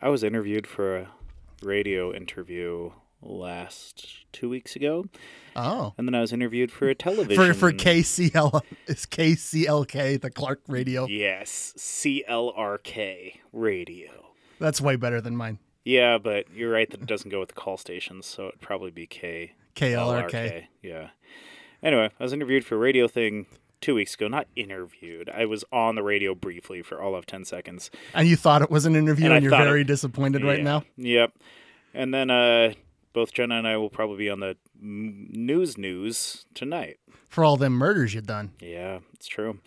I was interviewed for a radio interview last two weeks ago, Oh. and then I was interviewed for a television For for KCL is KCLK the Clark Radio. Yes, CLRK radio. That's way better than mine. Yeah, but you're right that it doesn't go with the call stations, so it'd probably be K. KLRK. LRK, Yeah. Anyway, I was interviewed for a radio thing two weeks ago. Not interviewed. I was on the radio briefly for all of 10 seconds. And you thought it was an interview And and, I you're thought very it- disappointed right Yeah. now. Yep. And then uh, both Jenna and I will probably be on the m- news news tonight. For all them murders you've done. Yeah, it's true.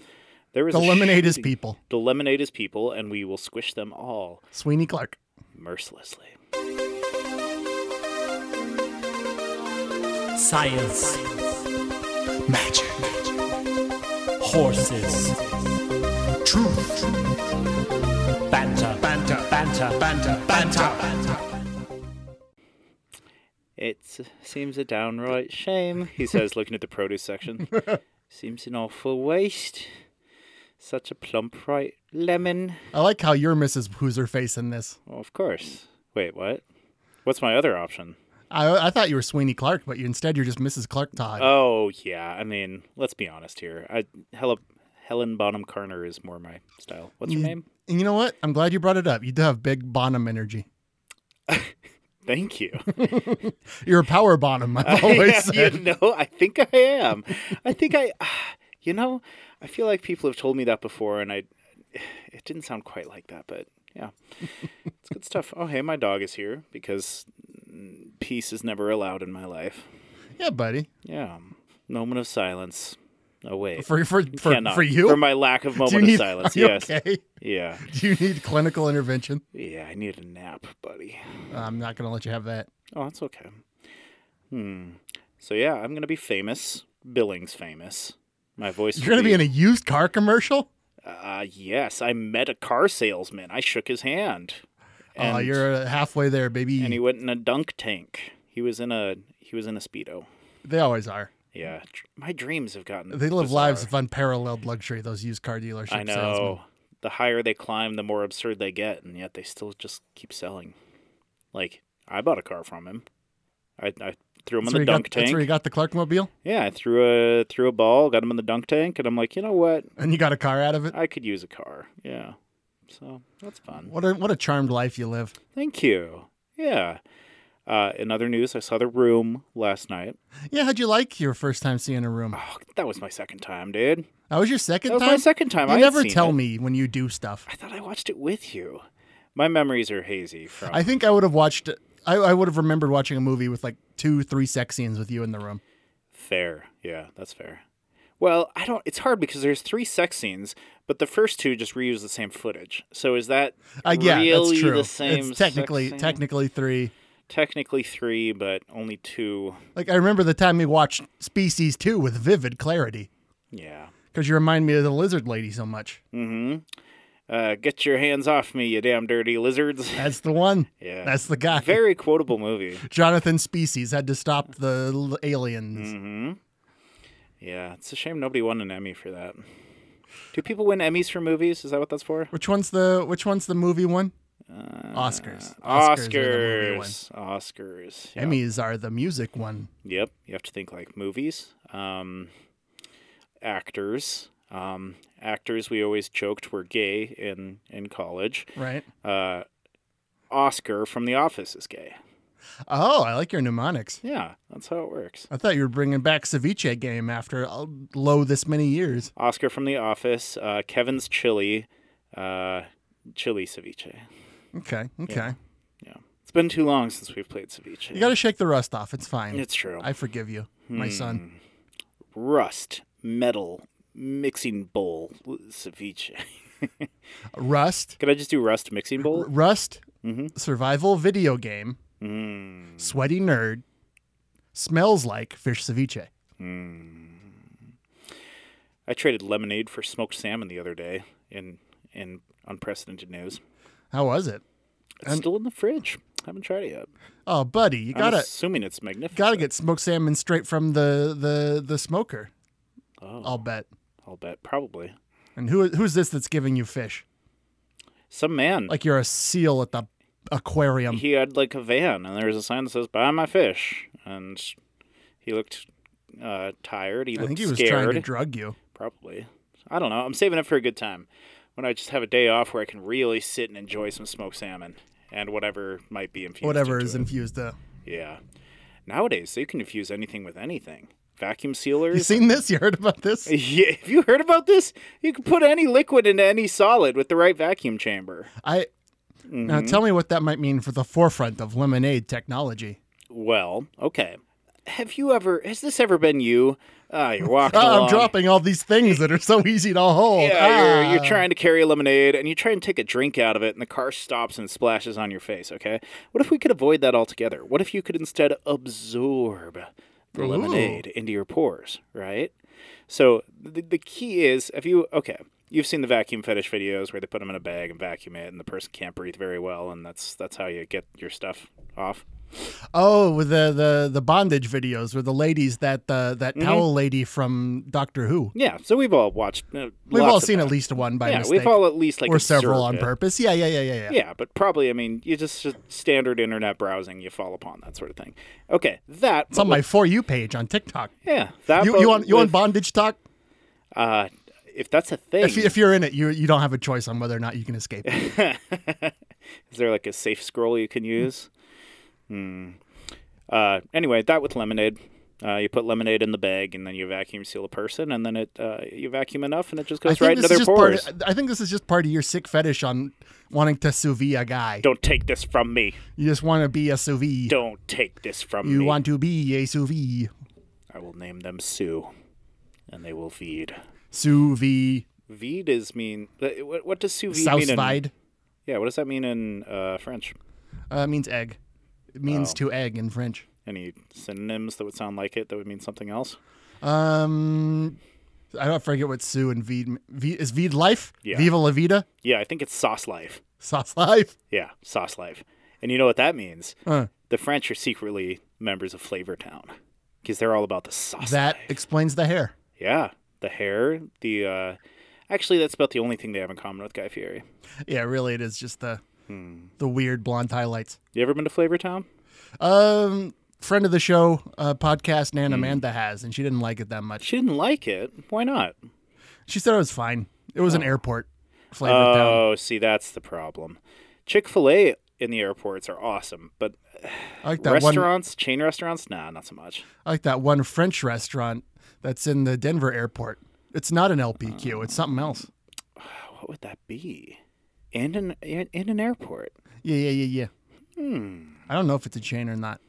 There was a Eliminate his shooting- people. Eliminate his people, and we will squish them all Sweeney Clark. mercilessly. Science, Magic. horses, Truth. banter, banter, banter, banter, banter. It seems a downright shame, he says, looking at the produce section. seems an awful waste. Such a plump, right lemon. I like how you're Mrs. Who's face in this. Well, of course. Wait, what? What's my other option? I, I thought you were Sweeney Clark, but you, instead you're just Mrs. Clark Todd. Oh, yeah. I mean, let's be honest here. I, Hel- Helen Bonham Carter is more my style. What's your You- name? And you know what? I'm glad you brought it up. You do have big Bonham energy. Thank you. You're a power Bonham, I've Yeah, always said. you know, I think I am. I think I, you know, I feel like people have told me that before, and I, it didn't sound quite like that, but yeah, it's good stuff. Oh, hey, my dog is here because mm, peace is never allowed in my life. Yeah, buddy. Yeah, moment of silence. Oh wait, For for for, Cannot. for you? for my lack of do you moment need, of silence. are you Yes, okay? yeah, Do you need clinical intervention? yeah. I need a nap, buddy. I'm not going to let you have that. Oh, that's okay. Hmm. So yeah, I'm gonna be famous. Billings famous. My voice. You're going to be in a used car commercial? Uh, yes, I met a car salesman. I shook his hand. Oh, you're uh, halfway there, baby. and he went in a dunk tank. He was in a he was in a speedo. they always are. Yeah, Dr- my dreams have gotten. They live bizarre. lives of unparalleled luxury, those used car dealership I know. salesmen. The higher they climb, the more absurd they get, and yet they still just keep selling. Like I bought a car from him. I, I threw him That's in the where, you got, dunk that's tank. where you got the Clark mobile, Yeah, I threw a threw a ball, got him in the dunk tank, and I'm like, you know what? and you got a car out of it. I could use a car. Yeah, so that's fun. What a what a charmed life you live. Thank you. Yeah. Uh, in other news, I saw The Room last night. Yeah, how'd you like your first time seeing a room? Oh, that was my second time, dude. That was your second That was time. my second time. You I had never seen tell it. me when you do stuff. I thought I watched it with you. My memories are hazy from. I think I would have watched. I, I would have remembered watching a movie with like two, three sex scenes with you in the room. Fair. Yeah, that's fair. Well, I don't. It's hard because there's three sex scenes, but the first two just reuse the same footage. So is that I Uh, yeah, really that's true. the same? it's technically sex scene? technically three. technically three, but only two. Like I remember the time we watched Species Two with vivid clarity Yeah. because you remind me of the lizard lady so much. Mm-hmm. Uh, get your hands off me, you damn dirty lizards. That's the one. Yeah. That's the guy. Very quotable movie. Jonathan Species had to stop the l- aliens. hmm Yeah, it's a shame nobody won an Emmy for that. Do people win Emmys for movies? Is that what that's for? Which one's the Which one's the movie one? Oscars. are the movie one. Uh, Oscars. Oscars. Yeah. Emmys are the music one. Yep. You have to think like movies, um, actors. Um, actors we always joked were gay in in college. Right. Uh, Oscar from The Office is gay. Oh, I like your mnemonics. Yeah, that's how it works. I thought you were bringing back ceviche game after uh, low this many years. Oscar from The Office, uh, Kevin's chili, uh, chili ceviche. Okay, okay. Yeah, it's been too long since we've played ceviche. You got to shake the rust off. It's fine. It's true. I forgive you, my son. Rust, metal, mixing bowl, ceviche. Hmm. Rust, Could I just do rust mixing bowl? rust, Mhm. survival video game, Mm, sweaty nerd, smells like fish ceviche. mm. I traded lemonade for smoked salmon the other day in in unprecedented news. How was it? It's still in the fridge. haven't tried it yet. Oh, buddy, you I'm gotta assuming it's magnificent. gotta get smoked salmon straight from the the the smoker. Oh, I'll bet. I'll bet probably And who who's this that's giving you fish? some man. Like you're a seal at the aquarium. he had like a van and there was a sign that says buy my fish and he looked uh, tired he I looked think he was trying scared to drug you. probably i don't know i'm saving up for a good time when i just have a day off where i can really sit and enjoy some smoked salmon and whatever might be infused Whatever into is it. infused. Uh, yeah nowadays they can infuse anything with anything vacuum sealers you seen this? You heard about this? yeah, have you heard about this? You can put any liquid into any solid with the right vacuum chamber. I Mm-hmm. now tell me what that might mean for the forefront of lemonade technology. Well, okay. Have you ever? Has this ever been you? Ah, you're walking. Ah, along. I'm dropping all these things that are so easy to hold. Yeah, you're, Ah. you're trying to carry a lemonade and you try and take a drink out of it, and the car stops and splashes on your face. Okay, what if we could avoid that altogether? What if you could instead absorb the Ooh. lemonade into your pores? Right. So the the key is, have you okay? You've seen the vacuum fetish videos where they put them in a bag and vacuum it, and the person can't breathe very well, and that's that's how you get your stuff off. Oh, with the, the the bondage videos where the ladies that uh, that Mm-hmm. towel lady from Doctor Who. Yeah, so we've all watched. Uh, We've lots all of seen that. at least one by Yeah, mistake, we've all at least like or several on observed it. purpose. Yeah, yeah, yeah, yeah, yeah. Yeah, but probably I mean you just just standard internet browsing you fall upon that sort of thing. Okay, that It's on my for you page on TikTok. yeah that You but you on you on with, bondage talk? uh, if that's a thing. If, you- if you're in it, you you don't have a choice on whether or not you can escape. Is there like a safe scroll you can use? Hmm. Uh, anyway, that with lemonade. Uh, you put lemonade in the bag, and then you vacuum seal a person, and then it uh, you vacuum enough, and it just I goes think right into this is their just part. pores. Of, I think this is just part of your sick fetish on wanting to sous vide a guy. Don't take this from me. You just want to be a sous vide. Don't take this from You me. want to be a sous vide. I will name them Sue, and they will feed. Sous vide. Vide is mean. uh, What, what does sous vide Sous mean? in- vide. Yeah, what does that mean in uh, French? Uh, means egg. It Oh. means to egg in French. Any synonyms that would sound like it that would mean something else? Um, I don't forget what Sue and Vide, Vide is Vide life. Yeah. Viva la vida. Yeah, I think it's sauce life. Sauce life. Yeah, sauce life. And you know what that means? Uh, The French are secretly members of Flavortown because they're all about the sauce. that life. explains the hair. Yeah, the hair, the. Uh, actually, that's about the only thing they have in common with Guy Fieri. Yeah, really, it is just the Hmm. the weird blonde highlights. You ever been to Flavortown? Um, friend of the show, uh, podcast Hmm. Nan Amanda has, and she didn't like it that much. She didn't like it. Why not? She said it was fine. It was an airport flavor town. Oh, see, that's the problem. Chick fil A in the airports are awesome, but I like Uh, that one. restaurants, chain restaurants, nah, not so much. I like that one French restaurant that's in the Denver airport. It's not an LPQ. it's something else. What would that be? In an in, in an airport, Yeah, yeah, yeah, yeah. Hmm. I don't know if it's a chain or not.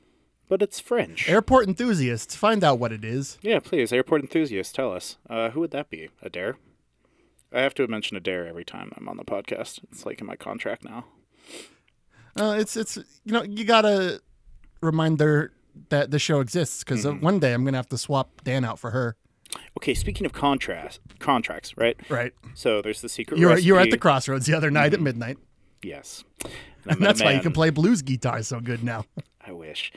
but it's French. Airport enthusiasts, find out what it is. yeah, please, airport enthusiasts, tell us. Uh, who would that be? Adair. I have to mention Adair every time I'm on the podcast. It's like in my contract now. Uh, it's it's you know you gotta remind her that the show exists because one day I'm gonna have to swap Dan out for her. Okay, speaking of contrast contracts, right? Right. Hmm. So there's the secret. You were you were at the recipe- crossroads the other night at midnight. Yes, And I met And a that's why you man. can play blues guitar so good now. I wish.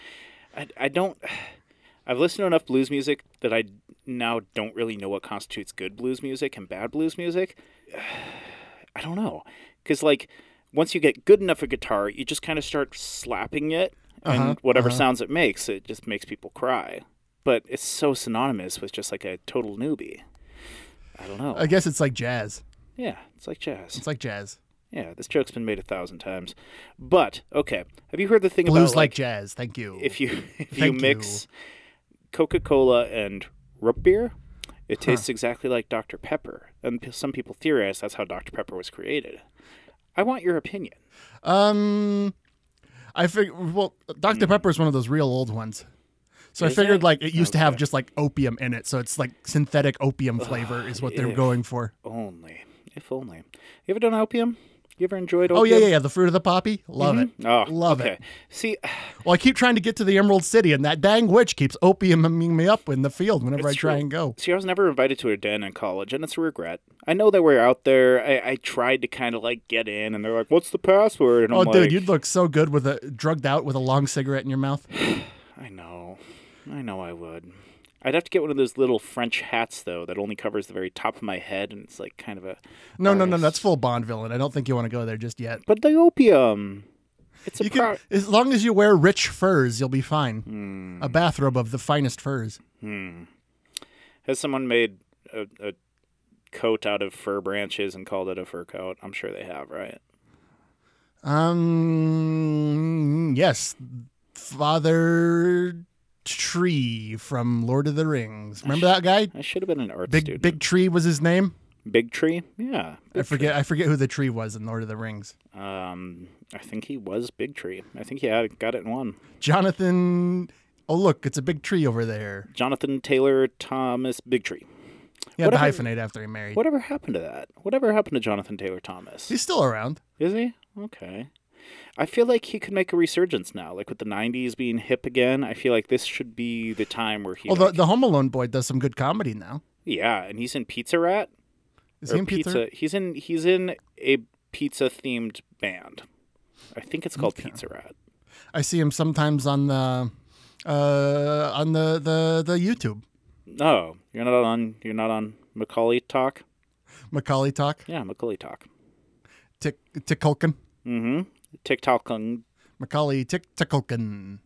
I, I don't. I've listened to enough blues music that I now don't really know what constitutes good blues music and bad blues music. I don't know. Because, like, once you get good enough at guitar, you just kind of start slapping it, and Uh-huh, whatever sounds it makes, it just makes people cry. But it's so synonymous with just like a total newbie. I don't know. I guess it's like jazz. yeah, it's like jazz. It's like jazz. yeah, this joke's been made a thousand times. But, okay. Have you heard the thing Blues about. like jazz. Thank you. if you if you Thank mix Coca Cola and root beer, it tastes exactly like Dr Pepper. And p- some people theorize that's how Dr Pepper was created. I want your opinion. um, I figured. Well, Dr Pepper is one of those real old ones. So Hmm. Is I figured it? like it used to have just like opium in it, so it's like synthetic opium flavor is what they're ew. going for. Only, if only. You ever done opium? You ever enjoyed opium? Oh yeah, yeah, yeah. The fruit of the poppy, love it, Oh, love okay. it. See, Well, I keep trying to get to the Emerald City, and that dang witch keeps opiuming me up in the field whenever It's I try true. and go. see, I was never invited to a den in college, and it's a regret. I know that we're out there. I, I tried to kind of like get in, and they're like, "What's the password?" And Oh, I'm like, dude, you'd look so good with a drugged out with a long cigarette in your mouth. I know. I know I would. I'd have to get one of those little French hats though that only covers the very top of my head and it's like kind of a No, no, no, that's full Bond villain. I don't think you want to go there just yet. But the opium. It's a you pro- can, as long as you wear rich furs, you'll be fine. A bathrobe of the finest furs. Has someone made a, a coat out of fir branches and called it a fur coat? I'm sure they have, right? Um, yes, Father Tree from Lord of the Rings. Remember that guy? I should have been an art Big student. Big Tree was his name. Big tree? Yeah. I forget. I forget who the tree was in Lord of the Rings. Um, I think he was Big Tree. I think he had, got it in one. Jonathan. Oh look, it's a big tree over there. Jonathan Taylor Thomas Big Tree. Yeah, the Whatever- hyphenate after he married. Whatever happened to that? Whatever happened to Jonathan Taylor Thomas? He's still around. Is he? Okay. I feel like he could make a resurgence now, like with the '90s being hip again. I feel like this should be the time where he. Although like- Oh, the Home Alone boy does some good comedy now. yeah, and he's in Pizza Rat. Is or he in pizza? He's in he's in a pizza themed band. I think it's called Pizza Rat. I see him sometimes on the uh, on the, the the YouTube No, you're not on. You're not on Macaulay Talk. Macaulay talk. Yeah, Macaulay Talk. Tick Ticklekin. Mm-hmm. TikTok. um, Macaulay Tick Ticklekin.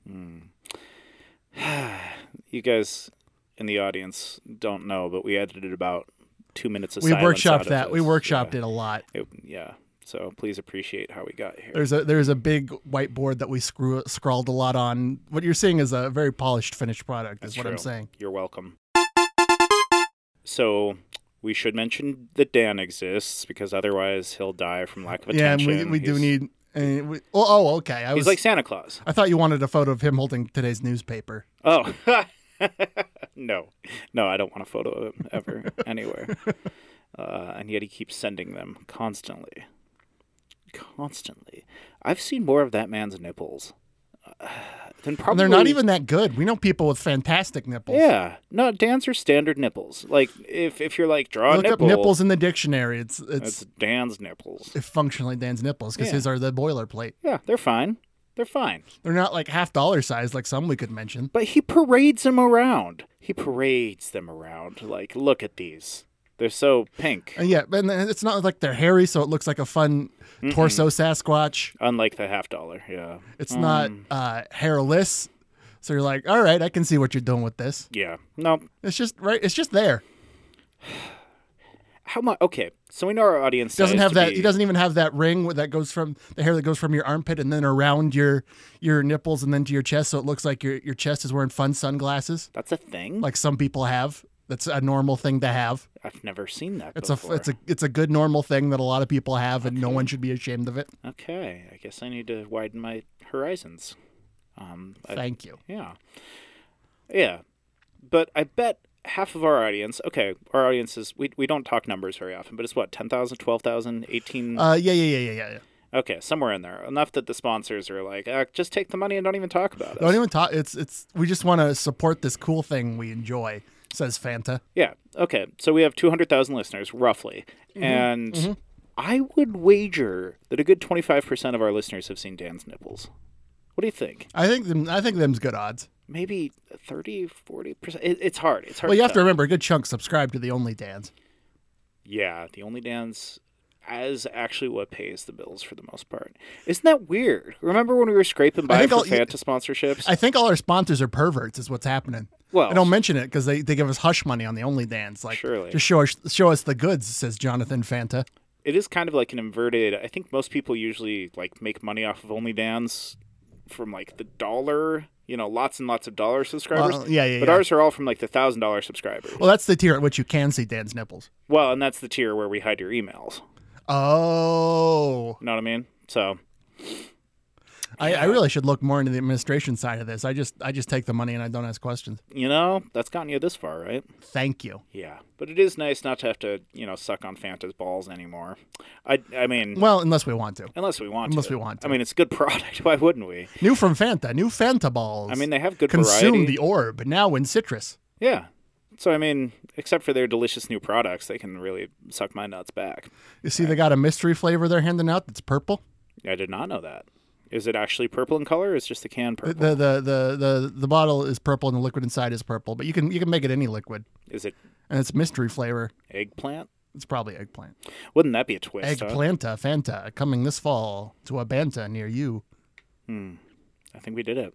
You guys in the audience don't know, but we edited about two minutes of We silence out workshopped of that. We this. workshopped yeah. it a lot. it. Yeah. So please appreciate how we got here. There's a there's a big whiteboard that we screw, scrawled a lot on. What you're seeing is a very polished finished product. Is That's what I'm true. saying. You're welcome. So we should mention that Dan exists because otherwise he'll die from lack of attention. Yeah, and we, we do He's- need. And we, oh, oh, okay. I He's was like Santa Claus. I thought you wanted a photo of him holding today's newspaper. Oh. no. No, I don't want a photo of him ever, anywhere. Uh, and yet he keeps sending them constantly. Constantly. I've seen more of that man's nipples uh, than probably. And they're not even that good. We know people with fantastic nipples. Yeah. No, Dan's are standard nipples. Like, if, if you're like, draw Look a up nipple. nipples in the dictionary. It's it's That's Dan's nipples. it's functionally Dan's nipples because Yeah. his are the boilerplate. Yeah, they're fine. They're fine. They're not like half dollar size like some we could mention. But he parades them around. He parades them around. Like, look at these. They're so pink. And yeah, and it's not like they're hairy, so it looks like a fun Mm-hmm. torso Sasquatch. Unlike the half dollar. Yeah. It's not Mm. uh, hairless, so you're like, all right, I can see what you're doing with this. Yeah. No. It's just right. It's just there. How much? Okay. So we know our audience Doesn't size have to that. be- He doesn't even have that ring where that goes from the hair that goes from your armpit and then around your your nipples and then to your chest, so it looks like your your chest is wearing fun sunglasses, That's a thing. like some people have. That's a normal thing to have. I've never seen that. It's before. a it's a it's a good normal thing that a lot of people have, and no one should be ashamed of it. Okay. I guess I need to widen my horizons. Um. I- Thank you. Yeah. Yeah. But I bet half of our audience, okay, our audience is, we, we don't talk numbers very often, but it's what, 10,000, 12,000, 18? Uh, yeah, yeah, yeah, yeah, yeah. yeah. okay, somewhere in there. Enough that the sponsors are like, uh, just take the money and don't even talk about it. Don't even talk. It's it's. We just want to support this cool thing we enjoy. Says Fanta. Yeah. Okay. So we have 200,000 listeners, roughly. Mm-hmm. And I would wager that a good 25% of our listeners have seen Dan's nipples. What do you think? I think them. I think them's good odds. Maybe 30, 40%? It, it's hard. It's hard. Well, you to have to tell. remember a good chunk subscribe to the Only Dans. Yeah, the only dance as actually what pays the bills for the most part. Isn't that weird? Remember when we were scraping by think for I'll- e- Fanta sponsorships? I think all our sponsors are perverts. Is what's happening. Well- I don't mention it because they, they give us hush money on the Only Dans. Like, Surely. just show us show us the goods. Says Jonathan Fanta. it is kind of like an inverted. I think most people usually like make money off of only dance from like the dollar, you know, lots and lots of dollar subscribers. Well, yeah, yeah, But yeah. ours are all from like the thousand dollar subscribers. Well, that's the tier at which you can see Dan's nipples. Well, and that's the tier where we hide your emails. Oh, You know what I mean? So I, I really should look more into the administration side of this. I just I just take the money and I don't ask questions. you know that's gotten you this far, right? Thank you. Yeah, but it is nice not to have to you know suck on Fanta's balls anymore. I I mean. Well, unless we want to. Unless we want Unless to. we want I to. mean, it's a good product. Why wouldn't we? New from Fanta. New Fanta balls. I mean, they have good consume variety. the orb now in citrus. Yeah. So, I mean, except for their delicious new products, they can really suck my nuts back. You see, they got a mystery flavor they're handing out that's purple. I did not know that. Is it actually purple in color or is just the can The purple? the, the the the the bottle is purple and the liquid inside is purple, but you can you can make it any liquid, Is it and it's mystery flavor. eggplant? It's probably eggplant. Wouldn't that be a twist? huh? Eggplanta Fanta coming this fall to a banta near you. I think we did it.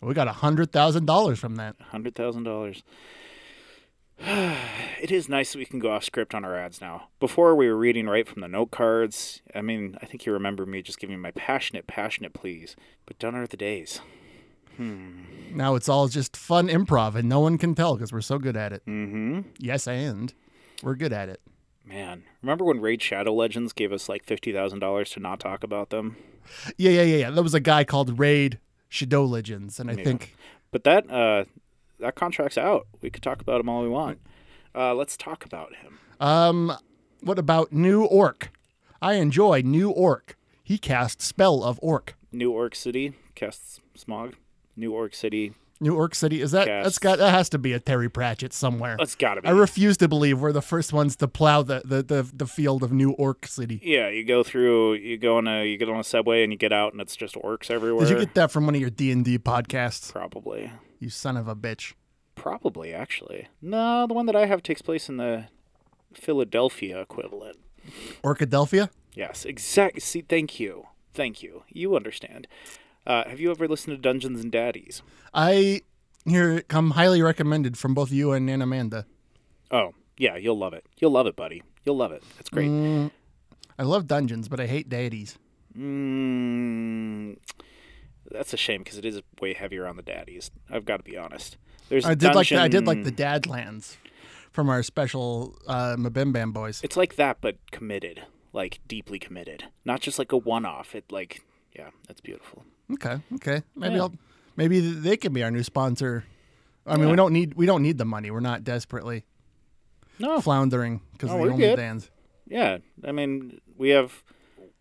We got a hundred thousand dollars from that. Hundred thousand dollars. It is nice that we can go off script on our ads now. Before we were reading right from the note cards. I mean, I think you remember me just giving my passionate, passionate pleas. But done are the days. Now it's all just fun improv, and no one can tell because we're so good at it. Mm-hmm. Yes, and we're good at it. Man, remember when Raid Shadow Legends gave us like fifty thousand dollars to not talk about them? Yeah, yeah, yeah, yeah. There was a guy called Raid Shadow Legends, and I think But that uh, that contract's out. We could talk about him all we want. Uh, let's talk about him. Um, what about New Orc? I enjoy New Orc. He cast Spell of Orc. New Orc City casts smog. New Orc City. New Orc City is that? Cast- That's got that has to be a Terry Pratchett somewhere. That's gotta be. I refuse to believe we're the first ones to plow the the, the, the field of New Orc City. yeah, you go through. You go on a. You get on a subway and you get out, and it's just orcs everywhere. Did you get that from one of your D and D podcasts? Probably. You son of a bitch. Probably actually. No, the one that I have takes place in the Philadelphia equivalent. Orcadelphia? Yes, exactly. See, thank you, thank you. You understand. Uh, have you ever listened to Dungeons and Daddies? I here it come highly recommended from both you and Aunt Amanda. Oh, yeah, you'll love it. You'll love it, buddy. You'll love it. It's great. Mm. I love dungeons, but I hate deities. Mm, that's a shame because it is way heavier on the daddies. I've got to be honest. There's I did like the, I did like dungeon- the Dadlands from our special uh, Mabim Bam boys. It's like that, but committed, like deeply committed, not just like a one-off. It like, yeah, that's beautiful. Okay, okay, maybe I'll maybe they can be our new sponsor. I mean, we don't need we don't need the money. We're not desperately No, floundering because No, they we're only good. dance. yeah. I mean, we have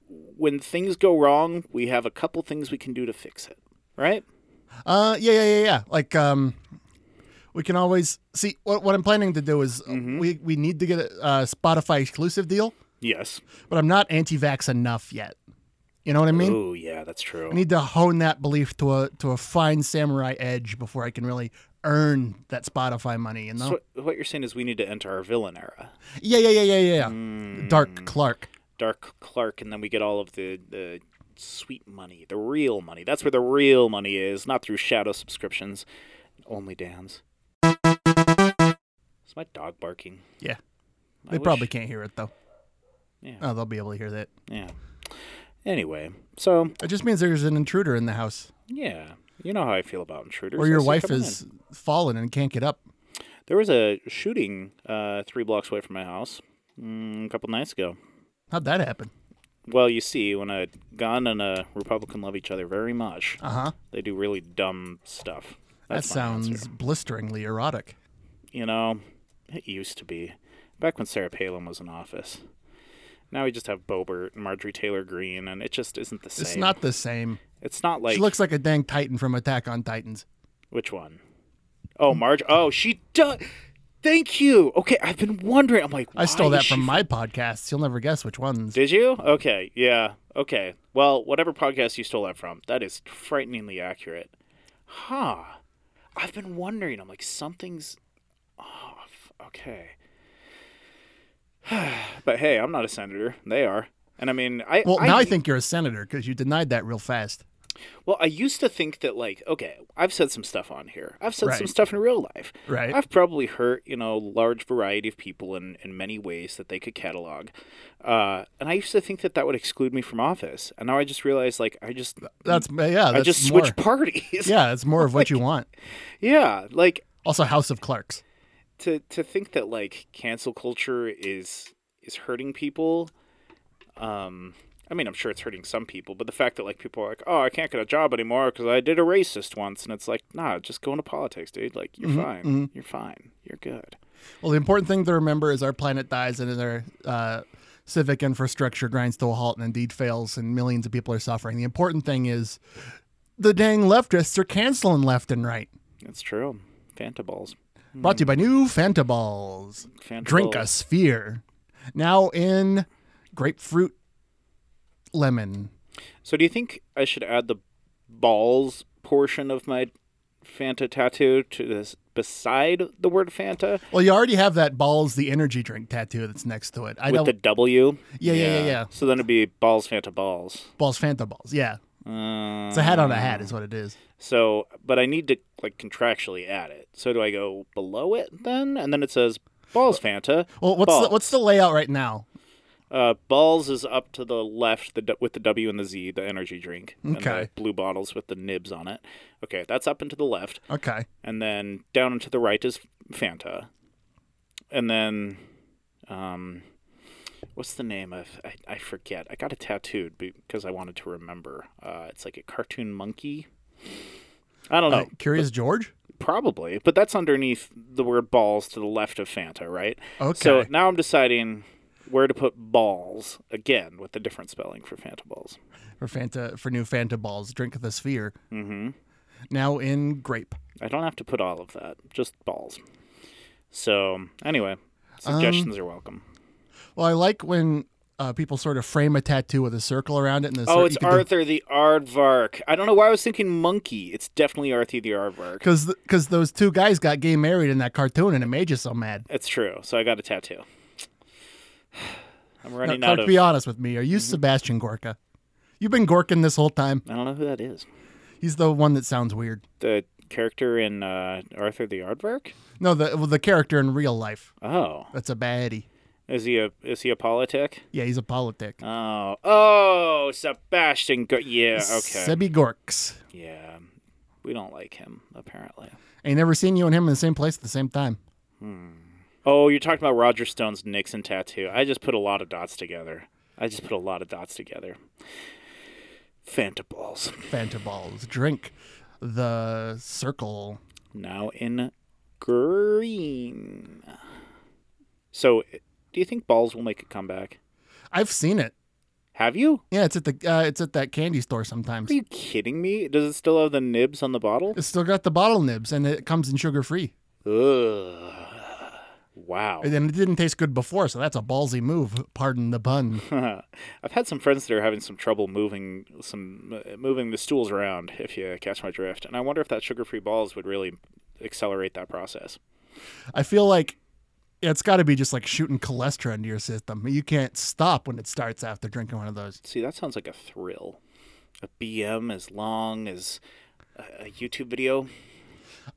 when things go wrong, we have a couple things we can do to fix it, right? Uh, yeah, yeah, yeah, yeah. Like, um, we can always see what what I'm planning to do is uh, Mm-hmm. we we need to get a, a Spotify exclusive deal, Yes. but I'm not anti-vax enough yet. You know what I mean? Oh, yeah, that's true. I need to hone that belief to a to a fine samurai edge before I can really earn that Spotify money. You know? So what you're saying is we need to enter our villain era. yeah, yeah, yeah, yeah, yeah. yeah. Mm. Dark Clark. Dark Clark, and then we get all of the the sweet money, the real money. That's where the real money is, not through shadow subscriptions, only Dan's. Is my dog barking? Yeah, I they wish- probably can't hear it though. Yeah. Oh, they'll be able to hear that. Yeah. Anyway, so It just means there's an intruder in the house, yeah, you know how I feel about intruders. or I your see wife coming is in. fallen and can't get up. There was a shooting uh, three blocks away from my house mm, a couple nights ago. How'd that happen? Well, you see, when a gun and a Republican love each other very much, Uh huh. they do really dumb stuff. That That's my sounds answer. blisteringly erotic. You know, it used to be. Back when Sarah Palin was in office. Now we just have Bobert and Marjorie Taylor Greene, and it just isn't the same. It's not the same. It's not like she looks like a dang titan from Attack on Titans. which one? Oh, Marge. Oh, she does. Thank you. Okay, I've been wondering. I'm like, I stole why that is from she- my podcast. You'll never guess which ones. Did you? Okay. Yeah. Okay. Well, whatever podcast you stole that from, that is frighteningly accurate. Huh. I've been wondering. I'm like, something's off. Okay. but hey, I'm not a senator. They are. And I mean, I Well, now I think you're a senator because you denied that real fast. Well, I used to think that, like, okay, I've said some stuff on here. I've said some Right. stuff in real life. Right. I've probably hurt, you know, large variety of people in, in many ways that they could catalog. Uh, and I used to think that that would exclude me from office. And now I just realize, like, I just, That's yeah. Mm. That's I just more, switch parties. Yeah, it's more of what you want. yeah. Like, Also, House of Clerks. to, to think that, like, cancel culture is is hurting people. Um, I mean, I'm sure it's hurting some people, but the fact that, like, people are like, oh, I can't get a job anymore because I did a racist once. And it's like, nah, just go into politics, dude. Like, you're Mm-hmm, fine. You're fine. You're good. Well, the important thing to remember is our planet dies and our uh, civic infrastructure grinds to a halt and indeed fails, and millions of people are suffering. The important thing is the dang leftists are canceling left and right. That's true. Fanta balls. Brought to you by new Fanta Balls. Hmm. Fanta Drink a balls. sphere. Now in grapefruit lemon. So do you think I should add the balls portion of my Fanta tattoo to this beside the word Fanta Well, you already have that balls the energy drink tattoo that's next to it. I with don't the W? Yeah, yeah, yeah, yeah. So then it'd be balls Fanta balls. balls Fanta balls. Yeah. It's Mm. a hat on a hat, is what it is. So, but I need to like contractually add it. So do I go below it then? And then it says balls Fanta. Well, what's balls. the, what's the layout right now? Uh, balls is up to the left the, d- with the W and the Z, the energy drink. And Okay. the blue bottles with the nibs on it. Okay, that's up and to the left. Okay, And then down and to the right is Fanta. And then, um, what's the name of? I, I forget. I got it tattooed because I wanted to remember. Uh, it's like a cartoon monkey. I don't know. Uh, Curious George. Probably, but that's underneath the word balls to the left of Fanta, right? Okay. So now I'm deciding where to put balls again with the different spelling for Fanta balls. for Fanta for new Fanta balls. Drink of the sphere. Mm-hmm. Now in grape. I don't have to put all of that, just balls. So anyway, Um, suggestions are welcome. Well, I like when uh, people sort of frame a tattoo with a circle around it, and the Oh, it's Arthur the Aardvark. I don't know why I was thinking monkey. It's definitely Arthur the Aardvark. because because those two guys got gay married in that cartoon, and it made you so mad. It's true. So I got a tattoo. I'm Now, running out Clark, of. Mm-hmm. be I honest with me. Are you Sebastian Gorka? You've been Gorkin this whole time. don't know who that is. He's the one that sounds weird. The character in uh, Arthur the Aardvark. No, the well, the character in real life. Oh, That's a baddie. Is he a is he a politic? Yeah, he's a politic. Oh, oh, Sebastian. Go- yeah, okay, Sebi Gorks. yeah. We don't like him apparently. Ain't never seen you and him in the same place at the same time. Oh, you're talking about Roger Stone's Nixon tattoo. I just put a lot of dots together. I just put a lot of dots together. Fanta balls Fanta balls. Drink the circle. now in green. So, do you think balls will make a comeback? I've seen it. Have you? Yeah, it's at the uh, it's at that candy store sometimes. Are you kidding me? Does it still have the nibs on the bottle? It's still got the bottle nibs, and it comes in sugar free. Ugh. Wow. And it didn't taste good before, so that's a ballsy move. Pardon the pun. I've had some friends that are having some trouble moving some uh, moving the stools around. If you catch my drift, and I wonder if that sugar-free balls would really accelerate that process. I feel like it's got to be just like shooting cholesterol into your system. You can't stop when it starts after drinking one of those. See, that sounds like a thrill. A BM as long as a a YouTube video.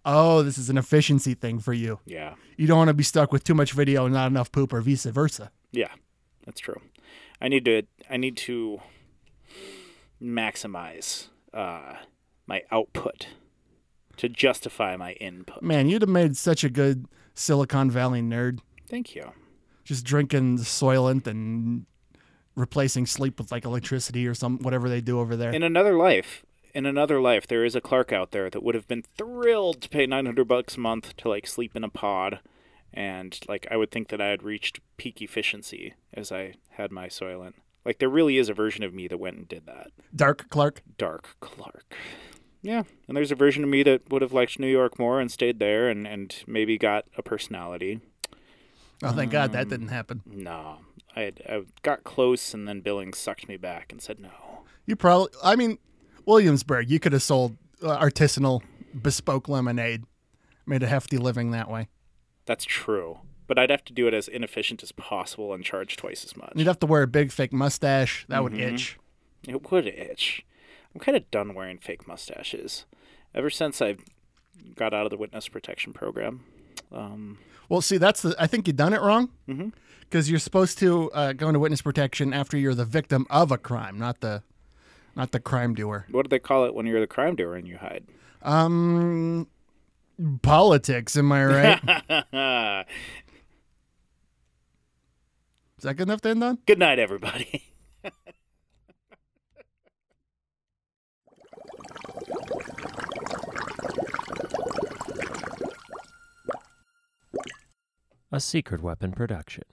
Oh, this is an efficiency thing for you. Yeah, You don't want to be stuck with too much video and not enough poop, or vice versa. yeah, that's true. I need to I need to maximize uh, my output to justify my input. Man, you'd have made such a good Silicon Valley nerd. Thank you. just drinking soylent and replacing sleep with like electricity or some whatever they do over there. in another life in another life there is a clark out there that would have been thrilled to pay 900 bucks a month to like sleep in a pod and like i would think that i had reached peak efficiency as i had my soylent like there really is a version of me that went and did that Dark Clark. dark clark yeah and there's a version of me that would have liked new york more and stayed there and and maybe got a personality Oh, thank God that didn't happen. no i, I got close and then billings sucked me back and said no You probably, I mean, Williamsburg, you could have sold uh, artisanal bespoke lemonade, made a hefty living that way. That's true. But I'd have to do it as inefficient as possible and charge twice as And you'd much. have to wear a big fake mustache. That would itch. It would itch. I'm kind of done wearing fake mustaches. Ever since I got out of the witness protection program. Um, Well, see, that's the, I think you done it wrong. Because you're supposed to uh, go into witness protection after you're the victim of a crime, not the, not the crime doer. what do they call it when you're the crime doer and you hide? Um, politics, am I right? Is that good enough to end on? Good night, everybody. A secret weapon production.